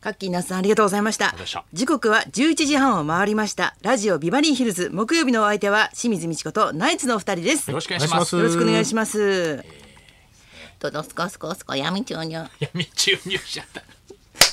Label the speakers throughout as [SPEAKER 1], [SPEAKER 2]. [SPEAKER 1] カッキーナスさんありがとうございました
[SPEAKER 2] りがとうございました
[SPEAKER 1] 時刻は11時半を回りましたラジオビバリーヒルズ木曜日のお相手は清水美智子とナイツのお二人です
[SPEAKER 2] よろ
[SPEAKER 1] よ
[SPEAKER 2] しくお願いします。
[SPEAKER 3] お
[SPEAKER 1] ろしくお願い
[SPEAKER 3] し
[SPEAKER 1] します
[SPEAKER 4] とどすこすこすこ闇中にょ
[SPEAKER 2] 闇中入社だ。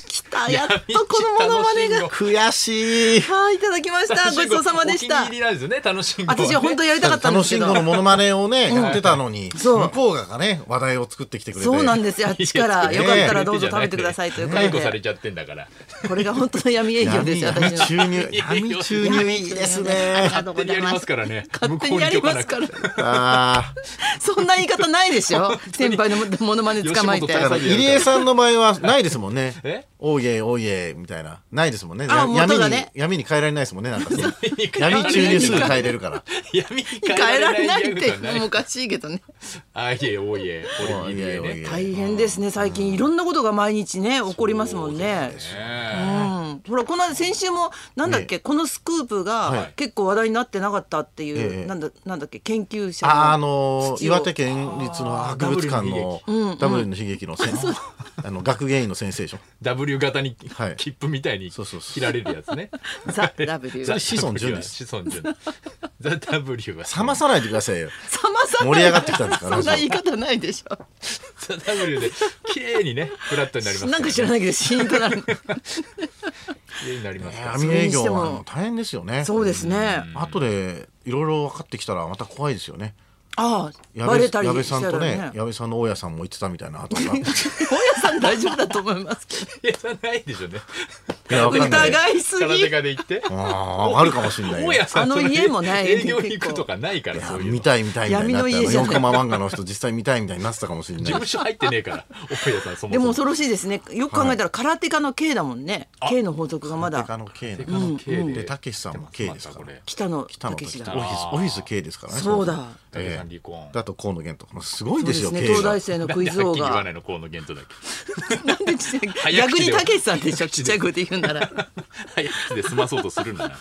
[SPEAKER 1] 来たやっとこのモノマネが
[SPEAKER 2] 闇中楽しんご
[SPEAKER 3] ます。悔しい。
[SPEAKER 1] はいいただきましたごちそうさまでし
[SPEAKER 2] お
[SPEAKER 1] た
[SPEAKER 2] 気に入りなんですよね、楽しんご、ね。
[SPEAKER 1] 私は本当にやりたかったんで
[SPEAKER 3] 楽
[SPEAKER 1] す
[SPEAKER 3] し
[SPEAKER 1] けど
[SPEAKER 3] んごのモノマネをね、やってたのに、
[SPEAKER 1] そう
[SPEAKER 3] 向こうがね、話題を作ってきてくれて。
[SPEAKER 1] そうなんですよあっちから
[SPEAKER 3] い
[SPEAKER 1] よ
[SPEAKER 3] や
[SPEAKER 1] かったらどうぞ食べてくださいというこ
[SPEAKER 2] 解雇
[SPEAKER 1] と
[SPEAKER 2] され
[SPEAKER 1] で
[SPEAKER 2] ちゃってんだから。
[SPEAKER 1] これが本当の闇営業ですよ
[SPEAKER 3] 闇
[SPEAKER 1] 私の
[SPEAKER 3] 注入、闇注入いいですね。
[SPEAKER 4] ありがとう
[SPEAKER 2] 勝
[SPEAKER 4] ご
[SPEAKER 2] 手に
[SPEAKER 4] ざ
[SPEAKER 2] や
[SPEAKER 4] い
[SPEAKER 2] り
[SPEAKER 4] ま
[SPEAKER 2] ますすからね。。
[SPEAKER 1] 勝手にやりますからら
[SPEAKER 3] あー
[SPEAKER 1] そんな言い方ないで しょ先輩のモノマネ捕まえて
[SPEAKER 2] 吉
[SPEAKER 3] だから
[SPEAKER 2] 本
[SPEAKER 3] 入江さんの場合はないですもんね
[SPEAKER 2] え。
[SPEAKER 3] おいえおいえみたいなないですもんね。
[SPEAKER 1] あ
[SPEAKER 3] や闇
[SPEAKER 1] 元が
[SPEAKER 3] に、
[SPEAKER 1] ね
[SPEAKER 3] 闇に変えられないですもんね。なんかね
[SPEAKER 2] に変えられない
[SPEAKER 3] 闇中にすぐ変えれるから。
[SPEAKER 2] 闇に変
[SPEAKER 1] 変え
[SPEAKER 2] え
[SPEAKER 1] ら
[SPEAKER 2] ら
[SPEAKER 1] れ
[SPEAKER 2] れ
[SPEAKER 1] な
[SPEAKER 2] ない
[SPEAKER 1] いっ
[SPEAKER 2] ってて
[SPEAKER 1] もうおかしいけどね
[SPEAKER 2] あいえおいえ
[SPEAKER 3] お
[SPEAKER 2] おい
[SPEAKER 3] いえ
[SPEAKER 2] え
[SPEAKER 3] おいえ
[SPEAKER 2] ね。
[SPEAKER 1] 大変ですね最近いろんなことが毎日ね起こりますもんねうん、ほらこの間先週もなんだっけ、このスクープ
[SPEAKER 3] は
[SPEAKER 1] が
[SPEAKER 3] い
[SPEAKER 1] 結構話題になってなかったっていう、
[SPEAKER 3] ええ
[SPEAKER 1] なんだなんだっけ研究者
[SPEAKER 3] ああの
[SPEAKER 1] 土を
[SPEAKER 3] 岩手県立の博物館の W の悲劇の先あの学芸員の先生でしょ。
[SPEAKER 2] W 型に
[SPEAKER 3] はい
[SPEAKER 2] 切符みたいに
[SPEAKER 3] そうそうそう
[SPEAKER 2] 切られるやつね。
[SPEAKER 1] ザ・ W
[SPEAKER 2] ザ
[SPEAKER 1] 冷
[SPEAKER 3] れ子孫淳です
[SPEAKER 2] 子孫淳。ザ W は
[SPEAKER 3] 冷まさないでくださいよ。
[SPEAKER 1] まさない
[SPEAKER 3] 盛り上がってきたんですか
[SPEAKER 1] そ
[SPEAKER 3] ら
[SPEAKER 1] んな言い方ないでしょ
[SPEAKER 2] ザ W で綺麗にねフラットになります。
[SPEAKER 1] なんか知らないけどシーンとな る
[SPEAKER 2] 綺麗になりますから。
[SPEAKER 3] 闇営業はあの大変ですよね。
[SPEAKER 1] そうですね、
[SPEAKER 3] うん。後でいろいろ分かってきたらまた怖いですよね。
[SPEAKER 1] ああ
[SPEAKER 3] 矢
[SPEAKER 1] バ
[SPEAKER 3] 部
[SPEAKER 1] レたり
[SPEAKER 3] 矢部
[SPEAKER 1] した
[SPEAKER 3] さん
[SPEAKER 1] ら
[SPEAKER 3] とね
[SPEAKER 1] ね
[SPEAKER 3] 矢部さんの大家さんも言ってたみたいな後が
[SPEAKER 1] 大家さん大丈夫だと思いますけど
[SPEAKER 2] いやそんなないでしょうね。
[SPEAKER 3] いやわかんない。
[SPEAKER 1] 疑いす
[SPEAKER 2] 空手
[SPEAKER 1] ぎ
[SPEAKER 2] 家で行って。
[SPEAKER 3] あああるかもしれないよ。
[SPEAKER 2] 大家さんとね
[SPEAKER 1] あの家もない
[SPEAKER 2] 営業に行くとかないからそういうの
[SPEAKER 3] 見。たい見たいみたいにな
[SPEAKER 1] 闇の
[SPEAKER 3] って
[SPEAKER 1] 家じゃない
[SPEAKER 3] 4コマ漫画の人実際見たいみたいになってたかもしれ
[SPEAKER 2] 事
[SPEAKER 3] ない
[SPEAKER 2] 務所入ってねえから大家さんそも
[SPEAKER 1] でも
[SPEAKER 2] そも。
[SPEAKER 1] 恐ろしいですねよく考えたら空手家の K だもんね K の法則がま
[SPEAKER 3] テカ
[SPEAKER 1] だ
[SPEAKER 3] の K
[SPEAKER 2] 手の刑
[SPEAKER 3] で
[SPEAKER 2] で
[SPEAKER 3] たけしさんも K ですから
[SPEAKER 2] またこれ
[SPEAKER 1] 北野
[SPEAKER 3] 北野と
[SPEAKER 1] 武
[SPEAKER 3] 北
[SPEAKER 1] だ
[SPEAKER 3] 野オフィスオフィス K ですからね
[SPEAKER 1] そうだ
[SPEAKER 3] もも
[SPEAKER 2] 武井
[SPEAKER 3] え
[SPEAKER 2] さん
[SPEAKER 3] え
[SPEAKER 2] 離婚
[SPEAKER 3] だと河野源とかすごい
[SPEAKER 1] そうで
[SPEAKER 3] ですよ
[SPEAKER 1] すね
[SPEAKER 3] K
[SPEAKER 1] 東
[SPEAKER 3] が
[SPEAKER 1] 大生の
[SPEAKER 2] なん
[SPEAKER 1] クイ
[SPEAKER 2] で
[SPEAKER 1] ズ
[SPEAKER 2] は
[SPEAKER 1] 王
[SPEAKER 2] っきり言わ
[SPEAKER 1] が
[SPEAKER 2] ないの河野源とだけ。
[SPEAKER 1] なん でちっちゃい
[SPEAKER 2] 早
[SPEAKER 1] 逆
[SPEAKER 2] 口
[SPEAKER 1] に
[SPEAKER 2] で
[SPEAKER 1] たけしさんでしょちっちゃい声で言うなら
[SPEAKER 2] 早口で済まそうとするん だな。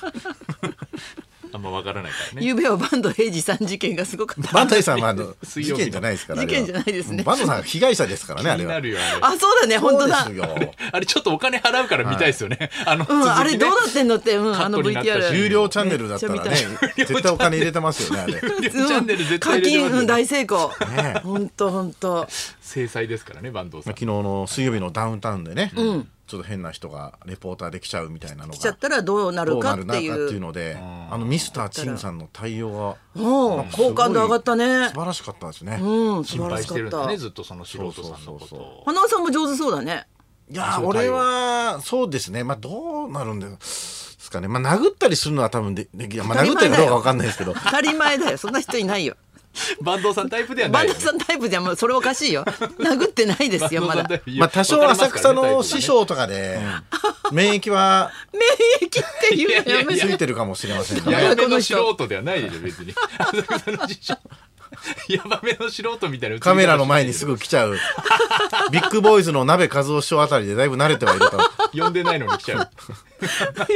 [SPEAKER 2] あんまわからないからね。
[SPEAKER 1] ゆうべはバンド平次さん事件がすごかった
[SPEAKER 3] バンダイさんはあの
[SPEAKER 2] 水
[SPEAKER 3] 事
[SPEAKER 2] 曜日の
[SPEAKER 3] 件じゃないですからあれは
[SPEAKER 1] 事件じゃないですね
[SPEAKER 3] バンダイさんは被害者ですからねあ
[SPEAKER 2] 気
[SPEAKER 3] れ
[SPEAKER 2] に
[SPEAKER 3] は
[SPEAKER 2] なるよあれ。
[SPEAKER 1] あそうだね本当だ
[SPEAKER 3] そうですよ
[SPEAKER 2] あれちょっとお金払うから見たいですよね。あの
[SPEAKER 1] う
[SPEAKER 2] 続き
[SPEAKER 1] ん
[SPEAKER 2] ね。
[SPEAKER 1] あれどうなってんのってうん
[SPEAKER 2] カ
[SPEAKER 1] あ
[SPEAKER 2] ッ
[SPEAKER 1] の
[SPEAKER 2] トになったし
[SPEAKER 1] VTR
[SPEAKER 3] 有料チャンネルだったら
[SPEAKER 1] め
[SPEAKER 3] ね
[SPEAKER 1] っちゃ見
[SPEAKER 3] 絶対お金入れてますよねあれ
[SPEAKER 2] チ
[SPEAKER 1] うん
[SPEAKER 2] ャンネル絶対
[SPEAKER 1] 課
[SPEAKER 2] 入れて
[SPEAKER 1] 金
[SPEAKER 2] ます
[SPEAKER 1] う
[SPEAKER 2] よ
[SPEAKER 1] ん
[SPEAKER 2] ね
[SPEAKER 1] 大成功
[SPEAKER 3] ねえ
[SPEAKER 1] 本当本当
[SPEAKER 2] 制裁ですからね坂東さん
[SPEAKER 3] 昨。日の水曜日のダウンタウンでね、ちょっと変な人がレポーターで来ちゃうみたいなの
[SPEAKER 1] 来ちゃっ
[SPEAKER 3] が
[SPEAKER 1] たらどうな
[SPEAKER 3] ど
[SPEAKER 1] る
[SPEAKER 3] う
[SPEAKER 1] か
[SPEAKER 3] な
[SPEAKER 1] っ
[SPEAKER 3] る
[SPEAKER 1] て
[SPEAKER 3] なかって
[SPEAKER 1] い
[SPEAKER 3] いう
[SPEAKER 1] う
[SPEAKER 3] のであのミスターチンさんの対応が
[SPEAKER 1] も
[SPEAKER 3] な
[SPEAKER 1] うん
[SPEAKER 3] かすごい
[SPEAKER 1] 好感度上がったね
[SPEAKER 3] 素晴らしかったですね。
[SPEAKER 1] うん素
[SPEAKER 2] 心
[SPEAKER 1] 晴ら
[SPEAKER 2] 配
[SPEAKER 1] し
[SPEAKER 2] し
[SPEAKER 1] か
[SPEAKER 2] てる
[SPEAKER 1] っ
[SPEAKER 2] んだね
[SPEAKER 1] た
[SPEAKER 2] ずっとその素人さんのこと
[SPEAKER 3] そうそう
[SPEAKER 2] を。
[SPEAKER 1] 花尾さんも上手そうだね
[SPEAKER 3] いや
[SPEAKER 2] そ
[SPEAKER 3] ー
[SPEAKER 2] ういう対
[SPEAKER 3] 俺
[SPEAKER 2] 応
[SPEAKER 3] はそうですねまあどうなるんですかねまあ殴ったりするのは多分でできま
[SPEAKER 1] 当
[SPEAKER 3] あ
[SPEAKER 1] たり
[SPEAKER 3] 殴っ
[SPEAKER 1] 前
[SPEAKER 3] たり
[SPEAKER 1] だよ
[SPEAKER 3] かどうかわかんないですけど
[SPEAKER 1] 当たり前だよそんな人いないよ
[SPEAKER 2] 坂東さんタイプでは
[SPEAKER 1] バ
[SPEAKER 2] な
[SPEAKER 1] ンド
[SPEAKER 2] いよね。
[SPEAKER 1] さんタイプじゃもうそれおかしいよ殴ってないですよまだ
[SPEAKER 2] 坂東さんタイプいや
[SPEAKER 3] まあ多少
[SPEAKER 2] わかりま
[SPEAKER 3] 浅
[SPEAKER 2] すからね
[SPEAKER 3] 草
[SPEAKER 2] タイプ
[SPEAKER 3] の
[SPEAKER 2] がね
[SPEAKER 3] 師匠とかで免疫は
[SPEAKER 1] 免疫っていうのや
[SPEAKER 3] つ
[SPEAKER 1] めて
[SPEAKER 3] いてるかもしれません
[SPEAKER 1] い
[SPEAKER 2] ヤ
[SPEAKER 1] や
[SPEAKER 3] ね。
[SPEAKER 2] バめの素人ではないでしょ別 に。浅草の師匠ヤバめの素人みたいな。
[SPEAKER 3] カメラの前にすぐ来ちゃうビッグボーイズの鍋和夫師匠あたりでだいぶ慣れてはいると思う
[SPEAKER 2] 呼んでないのに来ちゃう。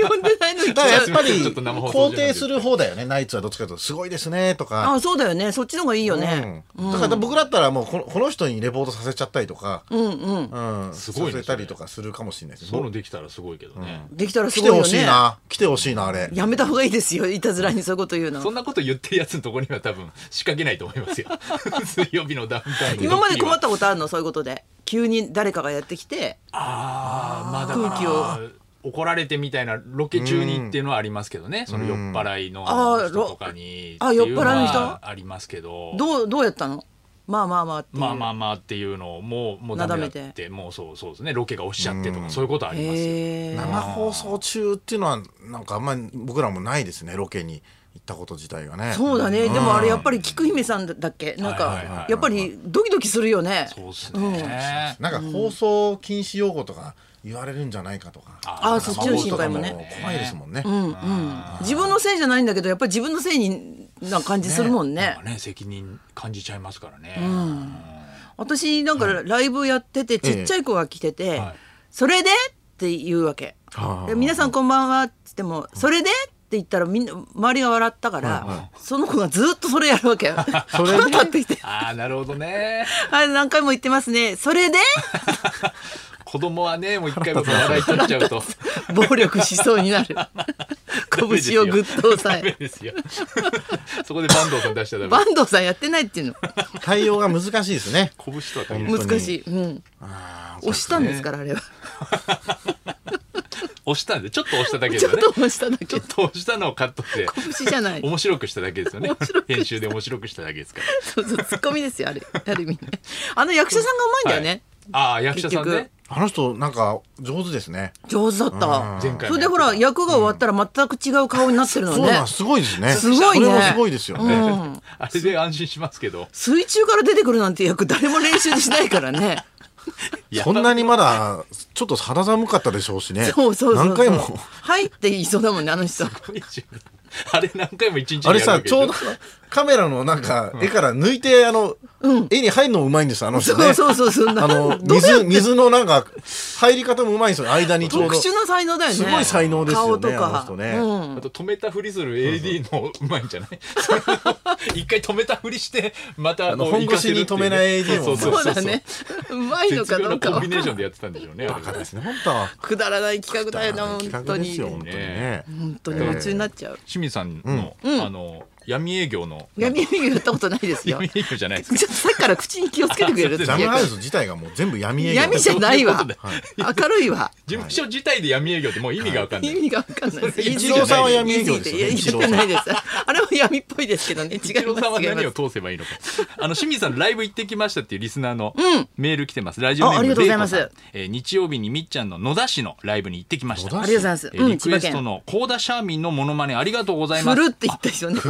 [SPEAKER 1] 呼んでないのに来ち
[SPEAKER 3] だから
[SPEAKER 1] ゃ
[SPEAKER 3] や
[SPEAKER 1] う
[SPEAKER 3] っぱり
[SPEAKER 2] ちょっと生放送
[SPEAKER 3] 肯
[SPEAKER 2] じゃない
[SPEAKER 3] 定
[SPEAKER 2] です
[SPEAKER 3] する方だよねナイツはどっちかというとすごいですねとか
[SPEAKER 1] あそうだよねそっちの方がいいよね、
[SPEAKER 3] うんだから僕だったらもうこのこの人にレポートさせちゃったりとか、
[SPEAKER 1] うんうん
[SPEAKER 3] うん
[SPEAKER 2] すごいね
[SPEAKER 3] させたりとかするかもしれないです
[SPEAKER 2] そういうのできたらすごいけどね。
[SPEAKER 1] できたらす
[SPEAKER 3] 来
[SPEAKER 1] ごい
[SPEAKER 3] て
[SPEAKER 1] よね
[SPEAKER 3] ほしいな来てほしいなあれ
[SPEAKER 1] やめた方がいいですよいたずらにそういうこと言うの
[SPEAKER 2] そんなこと言ってるやつのところには多分仕掛けないと思います よ。水曜日のダウンタウンの時は。
[SPEAKER 1] 今まで困ったことあるのそういうことで急に誰かがやってきて
[SPEAKER 2] あーまあだから空気を。怒られてみたいなロケ中にっていうのはありますけどね、その酔っ払いの
[SPEAKER 1] あー
[SPEAKER 2] 人とかに
[SPEAKER 1] あ
[SPEAKER 2] っていう
[SPEAKER 1] 酔
[SPEAKER 2] の
[SPEAKER 1] っ払いの
[SPEAKER 2] は
[SPEAKER 1] 人
[SPEAKER 2] ありますけど
[SPEAKER 1] どうどうやったのまあまあまあっていう、
[SPEAKER 2] まあまあまあっていうのをもうもうダメだってもうそうそうですねロケが押しちゃってとかそういうことありますよ。
[SPEAKER 1] へえ
[SPEAKER 3] 生放送中っていうのはなんかあんまり僕らもないですねロケに行ったこと自体がね
[SPEAKER 1] そうだね、
[SPEAKER 3] ん
[SPEAKER 1] でもあれやっぱり菊姫さんだっけなんか、
[SPEAKER 2] はいはいはいはい
[SPEAKER 1] やっぱりドキドキするよね
[SPEAKER 2] そうですね。
[SPEAKER 3] なんか放送禁止用語とか言われるんじゃないかとか、
[SPEAKER 2] あ
[SPEAKER 1] ーそっちの心配もね
[SPEAKER 3] なんかう怖いですもんね、
[SPEAKER 1] うんうん自分のせいじゃないんだけどやっぱり自分のせいにな感じするもん
[SPEAKER 2] なん
[SPEAKER 1] ね
[SPEAKER 2] かね責任感じちゃいますからね。
[SPEAKER 1] 私なんかライブやっててちっちゃい子が来てて、
[SPEAKER 2] はい
[SPEAKER 1] それでって言うわけ、
[SPEAKER 3] はあ
[SPEAKER 1] で皆さんこんばんはって言ってもそれでって言ったらみんな周りが笑ったから、その子がずっとそれやるわけそれ立ってきて
[SPEAKER 2] ああなるほどね。
[SPEAKER 1] あれ何回も言ってますねそれで
[SPEAKER 2] 子子供はねもう一回僕笑い取っちゃうと
[SPEAKER 1] 暴力しそうになる拳をぐっと押
[SPEAKER 2] ダ
[SPEAKER 1] さ
[SPEAKER 2] メ
[SPEAKER 1] え
[SPEAKER 2] ですよそこで坂東さん出しちゃダメ
[SPEAKER 1] 坂東さんやってないっていうの
[SPEAKER 3] 対応が難しいですね。
[SPEAKER 2] 拳とは限らない
[SPEAKER 3] 本当に
[SPEAKER 1] 難しい、うん、
[SPEAKER 3] あー
[SPEAKER 1] 押したんですからあれは、
[SPEAKER 2] 押したんでちょっと押しただけです
[SPEAKER 1] ちょ
[SPEAKER 2] よ
[SPEAKER 1] っ
[SPEAKER 2] ね
[SPEAKER 1] と押しただけ
[SPEAKER 2] ちょっと押したのをカットして
[SPEAKER 1] 拳じゃない
[SPEAKER 2] 面白くしただけですよね
[SPEAKER 1] 面白くした
[SPEAKER 2] 編集で面白くしただけですから
[SPEAKER 1] そうそうツッコミですよあれある意味ねあの役者さんがうまいんだよね、
[SPEAKER 2] ああ役者さん
[SPEAKER 1] 結
[SPEAKER 2] ね
[SPEAKER 1] 局
[SPEAKER 3] あの人なんか上手ですね。
[SPEAKER 1] 上手だった
[SPEAKER 2] 前回
[SPEAKER 1] それでほら役が終わったら全く違う顔になってるの
[SPEAKER 3] そう
[SPEAKER 1] ね
[SPEAKER 3] なんすごいですね。
[SPEAKER 1] すごいね
[SPEAKER 3] これもすごいですよね。
[SPEAKER 2] ね あれで安心しますけど
[SPEAKER 1] 水中から出てくるなんて役誰も練習しないから ね
[SPEAKER 2] いや
[SPEAKER 3] そんなにまだちょっと肌寒かったでしょうしね。
[SPEAKER 1] そうそうそうそう
[SPEAKER 3] 何回 も。
[SPEAKER 1] はいって言いそうだもんねあの人
[SPEAKER 2] あれ何回も一日に
[SPEAKER 3] あれ
[SPEAKER 2] やるわ
[SPEAKER 3] さ
[SPEAKER 2] けでし
[SPEAKER 3] ち
[SPEAKER 2] ょ
[SPEAKER 3] ょうどカメラのなんか絵から抜いてあの、絵に入るのうまいんですよあの人
[SPEAKER 1] そう
[SPEAKER 3] ね。
[SPEAKER 1] そうそうそう
[SPEAKER 3] あの
[SPEAKER 1] どうや
[SPEAKER 3] 水水のなんか入り方もうまいんですよ間にちょう
[SPEAKER 1] 特
[SPEAKER 3] ど。
[SPEAKER 1] 殊な才能だよね
[SPEAKER 3] すごい才能ですよね
[SPEAKER 1] 顔とか
[SPEAKER 3] あの人ね
[SPEAKER 1] うん
[SPEAKER 2] あと止めたふりする AD のうまいんじゃない それを一回止めたふりしてまた
[SPEAKER 3] あの
[SPEAKER 2] こう
[SPEAKER 3] 本腰に止めない AD
[SPEAKER 2] そうそう
[SPEAKER 1] そ
[SPEAKER 2] そうう
[SPEAKER 1] だねうまいの
[SPEAKER 2] 絶
[SPEAKER 1] か
[SPEAKER 2] 妙
[SPEAKER 1] ど
[SPEAKER 2] な
[SPEAKER 1] うか
[SPEAKER 2] コン
[SPEAKER 1] は
[SPEAKER 2] ビネーションでやってたんでしょうねあれ
[SPEAKER 3] バカですね本当は。
[SPEAKER 1] くだらない企画だよな本
[SPEAKER 3] 企
[SPEAKER 1] 当
[SPEAKER 3] 画で
[SPEAKER 1] に
[SPEAKER 3] すよ本
[SPEAKER 1] 本
[SPEAKER 3] 当にね。
[SPEAKER 1] 当に夢中になっちゃう
[SPEAKER 2] 清水さんの、あの闇営業の
[SPEAKER 1] 闇営業やったことないですよ
[SPEAKER 2] 闇
[SPEAKER 1] ち
[SPEAKER 2] 営
[SPEAKER 1] ょ
[SPEAKER 2] 業じゃないです
[SPEAKER 1] っ
[SPEAKER 2] か
[SPEAKER 1] とさっきから口に気をつけてくれる
[SPEAKER 3] ジャムハウス自体がもう全部闇営業
[SPEAKER 1] 闇じゃないわ
[SPEAKER 3] はい
[SPEAKER 1] 明るいわ
[SPEAKER 2] 事務所自体で闇営業ってもう意味がわかんない、
[SPEAKER 1] 意味が分かんないです
[SPEAKER 2] それ
[SPEAKER 3] 一郎さんは闇営業ですよ
[SPEAKER 1] 言い過ぎて
[SPEAKER 3] ね
[SPEAKER 1] いや言い過ぎてないですあれは闇っぽいですけどね違います
[SPEAKER 2] イチローさんは
[SPEAKER 1] 違いま
[SPEAKER 2] 何
[SPEAKER 1] す
[SPEAKER 2] を通せばいいのか。あの清水さんライブ行ってきましたっていうリスナーの
[SPEAKER 1] うん
[SPEAKER 2] メール来てます。ラジオネー
[SPEAKER 1] ああり
[SPEAKER 2] ム
[SPEAKER 1] がとうござい
[SPEAKER 2] レ
[SPEAKER 1] ま
[SPEAKER 2] イ
[SPEAKER 1] す
[SPEAKER 2] コさんえー日曜日にみっちゃんの野田市のライブに行ってきました。
[SPEAKER 3] 野
[SPEAKER 1] あ
[SPEAKER 3] 田
[SPEAKER 1] りがとうございます
[SPEAKER 2] えー
[SPEAKER 1] う
[SPEAKER 2] リ
[SPEAKER 1] ん
[SPEAKER 2] ク
[SPEAKER 1] 千
[SPEAKER 2] エ
[SPEAKER 1] 葉
[SPEAKER 2] スト
[SPEAKER 1] 県
[SPEAKER 2] のコーダシャーミンのモノマネありがとうござい
[SPEAKER 1] ふ
[SPEAKER 2] ます。
[SPEAKER 1] るって言った人ね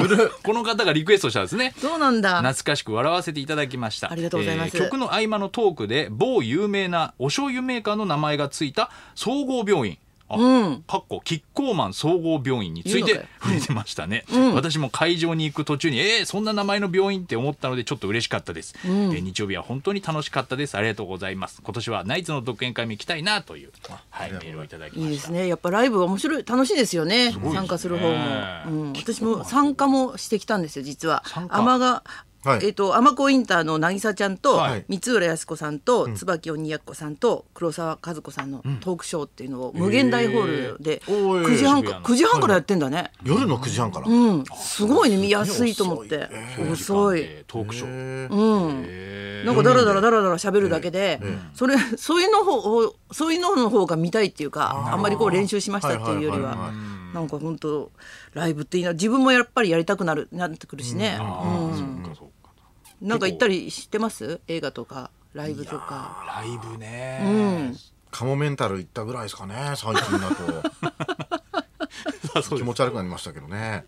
[SPEAKER 2] この方がリクエストしたんですね。
[SPEAKER 1] そうなんだ
[SPEAKER 2] 懐かしく笑わせていただきました
[SPEAKER 1] ありがとうございます
[SPEAKER 2] 曲の合間のトークで某有名なお醤油メーカーの名前がついた総合病院あ、
[SPEAKER 1] うん
[SPEAKER 2] かっこキッコーマン総合病院につい
[SPEAKER 1] 言うの
[SPEAKER 2] て
[SPEAKER 1] かよ
[SPEAKER 2] 触れてましたね、私も会場に行く途中にえー、そんな名前の病院って思ったのでちょっと嬉しかったです、えー日曜日は本当に楽しかったですありがとうございます今年はナイツの独演会も行きたいなという、はい、メールをいただきま
[SPEAKER 1] いいで
[SPEAKER 2] した
[SPEAKER 1] すねやっぱライブは面白い楽しいですよね
[SPEAKER 2] いですね
[SPEAKER 1] 参加する方も、うん、私も参加もしてきたんですよ実は
[SPEAKER 2] 参加
[SPEAKER 1] 天が
[SPEAKER 3] はい
[SPEAKER 1] えっと天子インターの渚ちゃんと
[SPEAKER 2] はい
[SPEAKER 1] 三浦靖子さんと椿鬼奴さんと黒沢和子さんのトークショーっていうのを無限大ホールで
[SPEAKER 3] へーおー
[SPEAKER 1] 9時半
[SPEAKER 2] 渋
[SPEAKER 1] か
[SPEAKER 2] 谷の
[SPEAKER 1] 9時半からやってんだね
[SPEAKER 3] 夜の9時半から。
[SPEAKER 1] うんすごいね見やすいと思って遅い
[SPEAKER 2] えートークショー、
[SPEAKER 3] へー
[SPEAKER 1] うん
[SPEAKER 2] え
[SPEAKER 1] なんかダラダラダラダラ喋るだけで、それ そういうの方そういうのの方が見たいっていうか、あんまりこう練習しましたっていうより
[SPEAKER 3] はいはいはい
[SPEAKER 1] は
[SPEAKER 3] は、
[SPEAKER 1] なんか本当ライブっていいな、自分もやっぱりやりたくなるなってくるしね。
[SPEAKER 2] ああ、そうかそうか
[SPEAKER 1] なんか行ったりしてます？映画とかライブとか。
[SPEAKER 2] ライブね、
[SPEAKER 3] カモメンタル行ったぐらいですかね最近 だと気持ち悪くなりましたけどね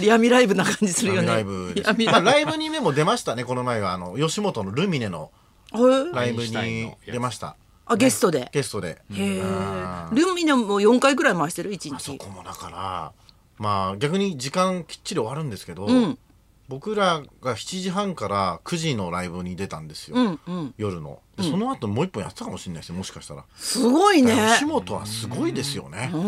[SPEAKER 1] 闇ライブな感じするよね。
[SPEAKER 3] ライブです
[SPEAKER 1] 闇
[SPEAKER 3] ま
[SPEAKER 1] ラ
[SPEAKER 3] あ
[SPEAKER 1] イブ。
[SPEAKER 3] ライブに目も出ましたねこの前はあの吉本のルミネの
[SPEAKER 1] へえ
[SPEAKER 3] ライブに出ました
[SPEAKER 1] あゲストで。
[SPEAKER 3] ゲストで
[SPEAKER 1] へえ
[SPEAKER 3] うん。
[SPEAKER 1] ルミネも四回くらい回してる一
[SPEAKER 3] あそ
[SPEAKER 1] 日。
[SPEAKER 3] こもだからまあ逆に時間きっちり終わるんですけど、
[SPEAKER 1] ん
[SPEAKER 3] 僕らが7時半から9時のライブに出たんですよ、
[SPEAKER 1] うんうん。
[SPEAKER 3] 夜のでその後もう一本やってたかもしれないですよもしかしたら、
[SPEAKER 1] すごいね。
[SPEAKER 3] 吉本はすごいですよね、
[SPEAKER 1] うん。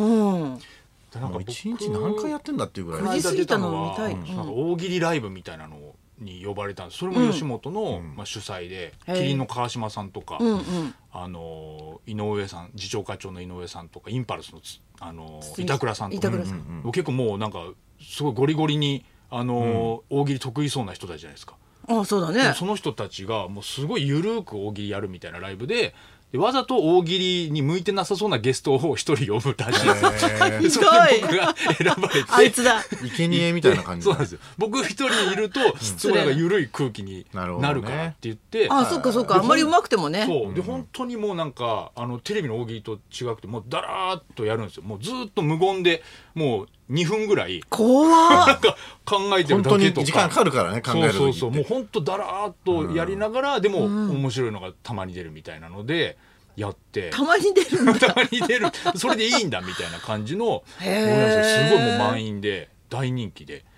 [SPEAKER 2] なん
[SPEAKER 3] も
[SPEAKER 2] か
[SPEAKER 3] う一日何回やってんだっていうぐらい
[SPEAKER 1] 9時過ぎたのを見たい
[SPEAKER 2] この間出
[SPEAKER 1] うん
[SPEAKER 2] はなんか大喜利ライブみたいなのに呼ばれたんですそれも吉本の、まあ、主催で
[SPEAKER 1] へえ
[SPEAKER 2] 麒麟の川島さんとか、
[SPEAKER 1] うんうん。
[SPEAKER 2] あの井上さん次長課長の井上さんとかインパルスのつあの
[SPEAKER 1] 堤
[SPEAKER 2] 板倉さんとか
[SPEAKER 1] 板倉さん
[SPEAKER 2] うんうんうん結構もうなんかすごいゴリゴリにあの、大喜利得意そうな人たちじゃないですか。
[SPEAKER 1] あそうだ
[SPEAKER 2] で
[SPEAKER 1] ね
[SPEAKER 2] も。その人たちがもうすごいゆるく大喜利やるみたいなライブででわざと大喜利に向いてなさそうなゲストを一人呼ぶらしいです。
[SPEAKER 3] え
[SPEAKER 2] でそれで僕が選ばれて
[SPEAKER 1] あいつだ。
[SPEAKER 3] ー生贄みたいな感じ
[SPEAKER 2] そ
[SPEAKER 3] で
[SPEAKER 2] うなんですよ僕一人いるとすごいなんか緩い空気にな
[SPEAKER 3] なる
[SPEAKER 2] る
[SPEAKER 3] ほどね
[SPEAKER 2] からって言って
[SPEAKER 1] あそっかそっか。あんまり上手くてもね。
[SPEAKER 2] そうで本当にもうなんかあのテレビの大喜利と違くてもうだらーっとやるんですよもうずーっと無言でもう2分ぐらい
[SPEAKER 1] 怖
[SPEAKER 2] な
[SPEAKER 1] っ
[SPEAKER 2] んか考えてる
[SPEAKER 3] 本
[SPEAKER 2] だ
[SPEAKER 3] 当
[SPEAKER 2] け
[SPEAKER 3] に
[SPEAKER 2] とか
[SPEAKER 3] 時間かかるからね考える時って
[SPEAKER 2] そうそうそうもう本当だらーっとやりながらでも面白いのがたまに出るみたいなのでやって
[SPEAKER 1] たまに出るんだ
[SPEAKER 2] たまに出るそれでいいんだみたいな感じのごめ
[SPEAKER 1] へー
[SPEAKER 2] んなさいすごいもう満員で大人気で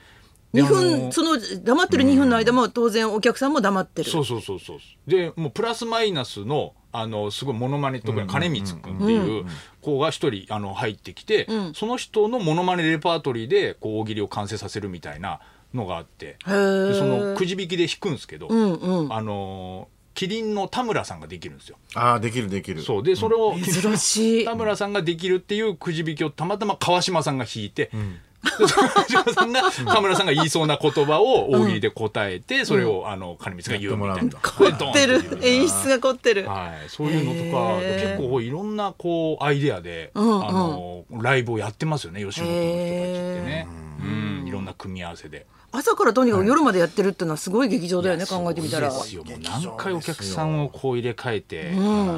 [SPEAKER 2] で
[SPEAKER 1] 2
[SPEAKER 2] あの
[SPEAKER 1] 分
[SPEAKER 2] ー
[SPEAKER 1] その黙ってる2分の間も当然お客さんも黙ってる
[SPEAKER 2] そうそうそうそうでもうプラスマイナスのあのすごいモノマネ特に金光君っていう子が一人あの入ってきて、
[SPEAKER 1] うん
[SPEAKER 2] その人のモノマネレパートリーでこう大喜利を完成させるみたいなのがあって
[SPEAKER 1] へえ
[SPEAKER 2] でそのくじ引きで引くんですけど、
[SPEAKER 1] うんうん
[SPEAKER 2] あのーキリンの田村さんができるんですよ。
[SPEAKER 3] ああできるできる
[SPEAKER 2] そうでそれを、
[SPEAKER 1] 珍 しい
[SPEAKER 2] 田村さんができるっていうくじ引きをたまたま川島さんが引いて、で川島さんが田村さんが言いそうな言葉を大喜利で答えて、それをあの金光が言うみたいな。これドン
[SPEAKER 1] 凝っ
[SPEAKER 2] ってていう
[SPEAKER 1] る演出が凝ってる
[SPEAKER 2] はい、そういうのとか
[SPEAKER 1] へー
[SPEAKER 2] 結構いろんなこうアイデアで、
[SPEAKER 1] んうん
[SPEAKER 2] あのライブをやってますよね吉本の人たちって
[SPEAKER 1] へ
[SPEAKER 2] ね、うん、いろんな組み合わせで。
[SPEAKER 1] 朝からとにかく夜までやってるってのはすごい劇場だよね考えてみたら
[SPEAKER 2] そうですよもう何回お客さんをこう入れ替えてや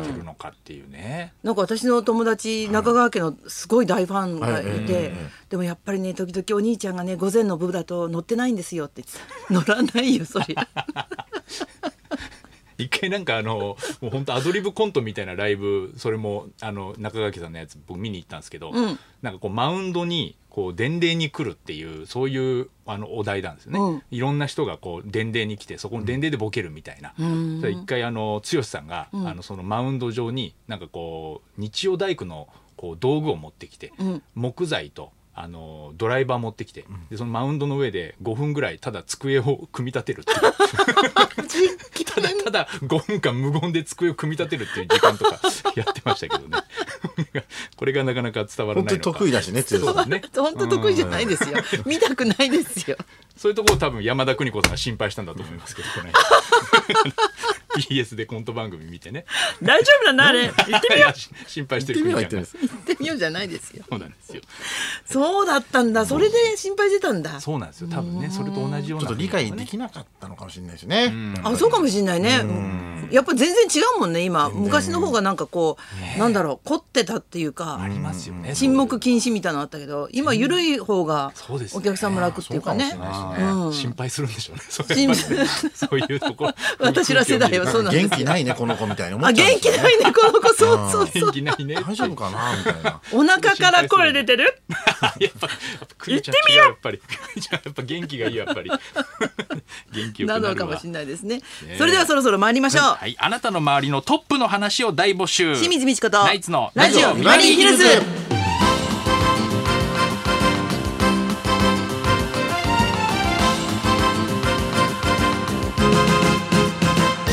[SPEAKER 2] ってるのかっていうね。
[SPEAKER 1] なんか私の友達中川家のすごい大ファンがい
[SPEAKER 3] はいはいはい
[SPEAKER 1] て
[SPEAKER 3] はい
[SPEAKER 1] でもやっぱりね時々お兄ちゃんがね午前の部だと乗ってないんですよって言ってた乗らないよそり ゃ
[SPEAKER 2] 一回なんかあのもう本当アドリブコントみたいなライブそれもあの中垣さんのやつ僕見に行ったんですけど、
[SPEAKER 1] ん
[SPEAKER 2] なんかこうマウンドにこう伝令に来るっていうそういうあのお題なんですよね、
[SPEAKER 1] うん
[SPEAKER 2] いろんな人がこう伝令に来てそこの伝令でボケるみたいな、それ一回あの剛さんが、あのそのマウンド上になんかこう日曜大工のこう道具を持ってきて、
[SPEAKER 1] ん
[SPEAKER 2] 木材とあのドライバー持ってきてでそのマウンドの上で5分ぐらいただ机を組み立てるっていう。 ただただ5分間無言で机を組み立てるっていう時間とかやってましたけどね これがなかなか伝わら
[SPEAKER 3] 本
[SPEAKER 2] な
[SPEAKER 3] 当
[SPEAKER 2] い
[SPEAKER 3] に
[SPEAKER 2] のか
[SPEAKER 3] 得意だしね剛
[SPEAKER 2] そう
[SPEAKER 3] さ
[SPEAKER 2] だ
[SPEAKER 3] ん
[SPEAKER 2] ね
[SPEAKER 1] 本当得意じゃないですよ見たくないですよ
[SPEAKER 2] そういうところを多分山田邦子さんが心配したんだと思いますけどこの間 BS でコント番組見てね
[SPEAKER 1] 大丈夫だなあれ行って
[SPEAKER 2] いやし心配してる
[SPEAKER 3] 君
[SPEAKER 2] 邦
[SPEAKER 3] は
[SPEAKER 2] 子
[SPEAKER 3] 言
[SPEAKER 2] さ
[SPEAKER 3] って
[SPEAKER 2] ん
[SPEAKER 3] るん
[SPEAKER 2] が
[SPEAKER 1] 行
[SPEAKER 3] です
[SPEAKER 1] ってみようじゃないですよ
[SPEAKER 2] そうなんですよ
[SPEAKER 1] そうだったんだそれで心配してたんだ
[SPEAKER 2] そうなんですよ多分ねそれと同じよう
[SPEAKER 3] ちょ
[SPEAKER 2] な
[SPEAKER 3] っと理解できなかったのかもしれないですね
[SPEAKER 1] あそうかもしれないねやっぱ全然違うもんね今昔の方がなんかこうなんだろう凝ってたっていうか
[SPEAKER 2] ありますよね
[SPEAKER 1] 沈黙禁止みたいなのあったけど今緩い方が
[SPEAKER 2] そうですね
[SPEAKER 1] お客さんも楽っていうかね
[SPEAKER 3] そうかもし
[SPEAKER 2] あー
[SPEAKER 1] うん
[SPEAKER 2] 心配するんでしょうねそれやっぱりねそういうところ
[SPEAKER 1] 私ら世代は そうなんですよ
[SPEAKER 3] 元気ないねこの子みたいに思
[SPEAKER 1] あ
[SPEAKER 3] っちゃうん
[SPEAKER 1] 元
[SPEAKER 3] です
[SPEAKER 1] 気
[SPEAKER 3] よ
[SPEAKER 1] な
[SPEAKER 3] ね
[SPEAKER 1] いねこの子そうそうそ
[SPEAKER 2] 元
[SPEAKER 1] う
[SPEAKER 2] 気ないね
[SPEAKER 3] 大丈夫かなみたいな
[SPEAKER 1] お腹から声出てる
[SPEAKER 2] やっぱ、やっぱクリちゃん違うやっぱり、 クリちゃんやっぱ元気がいいや っぱり。元気よくな
[SPEAKER 1] な
[SPEAKER 2] るわ
[SPEAKER 1] のかもしれないですねそれではそろそろ参りましょう
[SPEAKER 2] はい、あなたの周りのトップの話を大募集。
[SPEAKER 1] 清水美智子と
[SPEAKER 2] ナイツの
[SPEAKER 1] ラジオビバリーヒルズ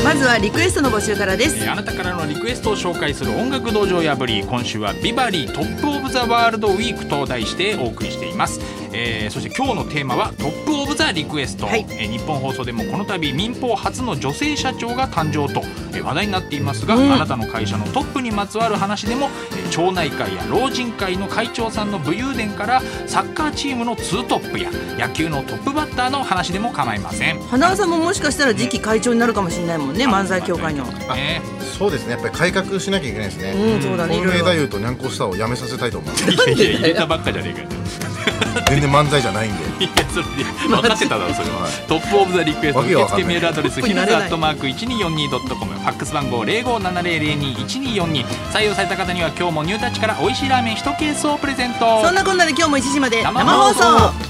[SPEAKER 1] まずはリクエストの募集からです
[SPEAKER 2] えーあなたからのリクエストを紹介する音楽道場破り今週はビバリートップオブザワールドウィークと題してお送りしています、えーそして今日のテーマはトップオブザリクエスト、
[SPEAKER 1] はい
[SPEAKER 2] えー日本放送でもこの度民放初の女性社長が誕生と、えー話題になっていますが、
[SPEAKER 1] うん
[SPEAKER 2] あなたの会社のトップにまつわる話でも、えー町内会や老人会の会長さんの武勇伝からサッカーチームのツートップや野球のトップバッターの話でも構いません
[SPEAKER 1] 花輪さんももしかしたら次期会長になるかもしれないもんね
[SPEAKER 2] あ
[SPEAKER 1] 漫才協会の
[SPEAKER 2] 漫才協会ね
[SPEAKER 3] そうですねやっぱり改革しなきゃいけないですね
[SPEAKER 1] うんそうだねい
[SPEAKER 3] 本
[SPEAKER 1] ろい
[SPEAKER 3] 命
[SPEAKER 1] ろ
[SPEAKER 3] 太夫とにゃんこスターをやめさせたいと思います
[SPEAKER 2] いやいや入れたばっかじゃねえかよ
[SPEAKER 3] 全然漫才じゃないんで
[SPEAKER 2] いやそれ分かってただろそれはトップオブザリクエスト
[SPEAKER 3] わけ
[SPEAKER 2] 受
[SPEAKER 3] がわかん
[SPEAKER 2] 付
[SPEAKER 3] ない
[SPEAKER 2] メールアドレ
[SPEAKER 1] ト
[SPEAKER 2] ス
[SPEAKER 1] ップ
[SPEAKER 2] ひ
[SPEAKER 1] にな
[SPEAKER 2] な
[SPEAKER 1] れ
[SPEAKER 2] ず
[SPEAKER 1] ない
[SPEAKER 2] アットマーク 1242.com ファックス番号0570021242採用された方には今日もニュータッチから美味しいラーメン1ケースをプレゼント
[SPEAKER 1] そんなこんなで今日も1時まで
[SPEAKER 2] 生
[SPEAKER 1] 生
[SPEAKER 2] 放
[SPEAKER 1] 放
[SPEAKER 2] 送
[SPEAKER 1] 送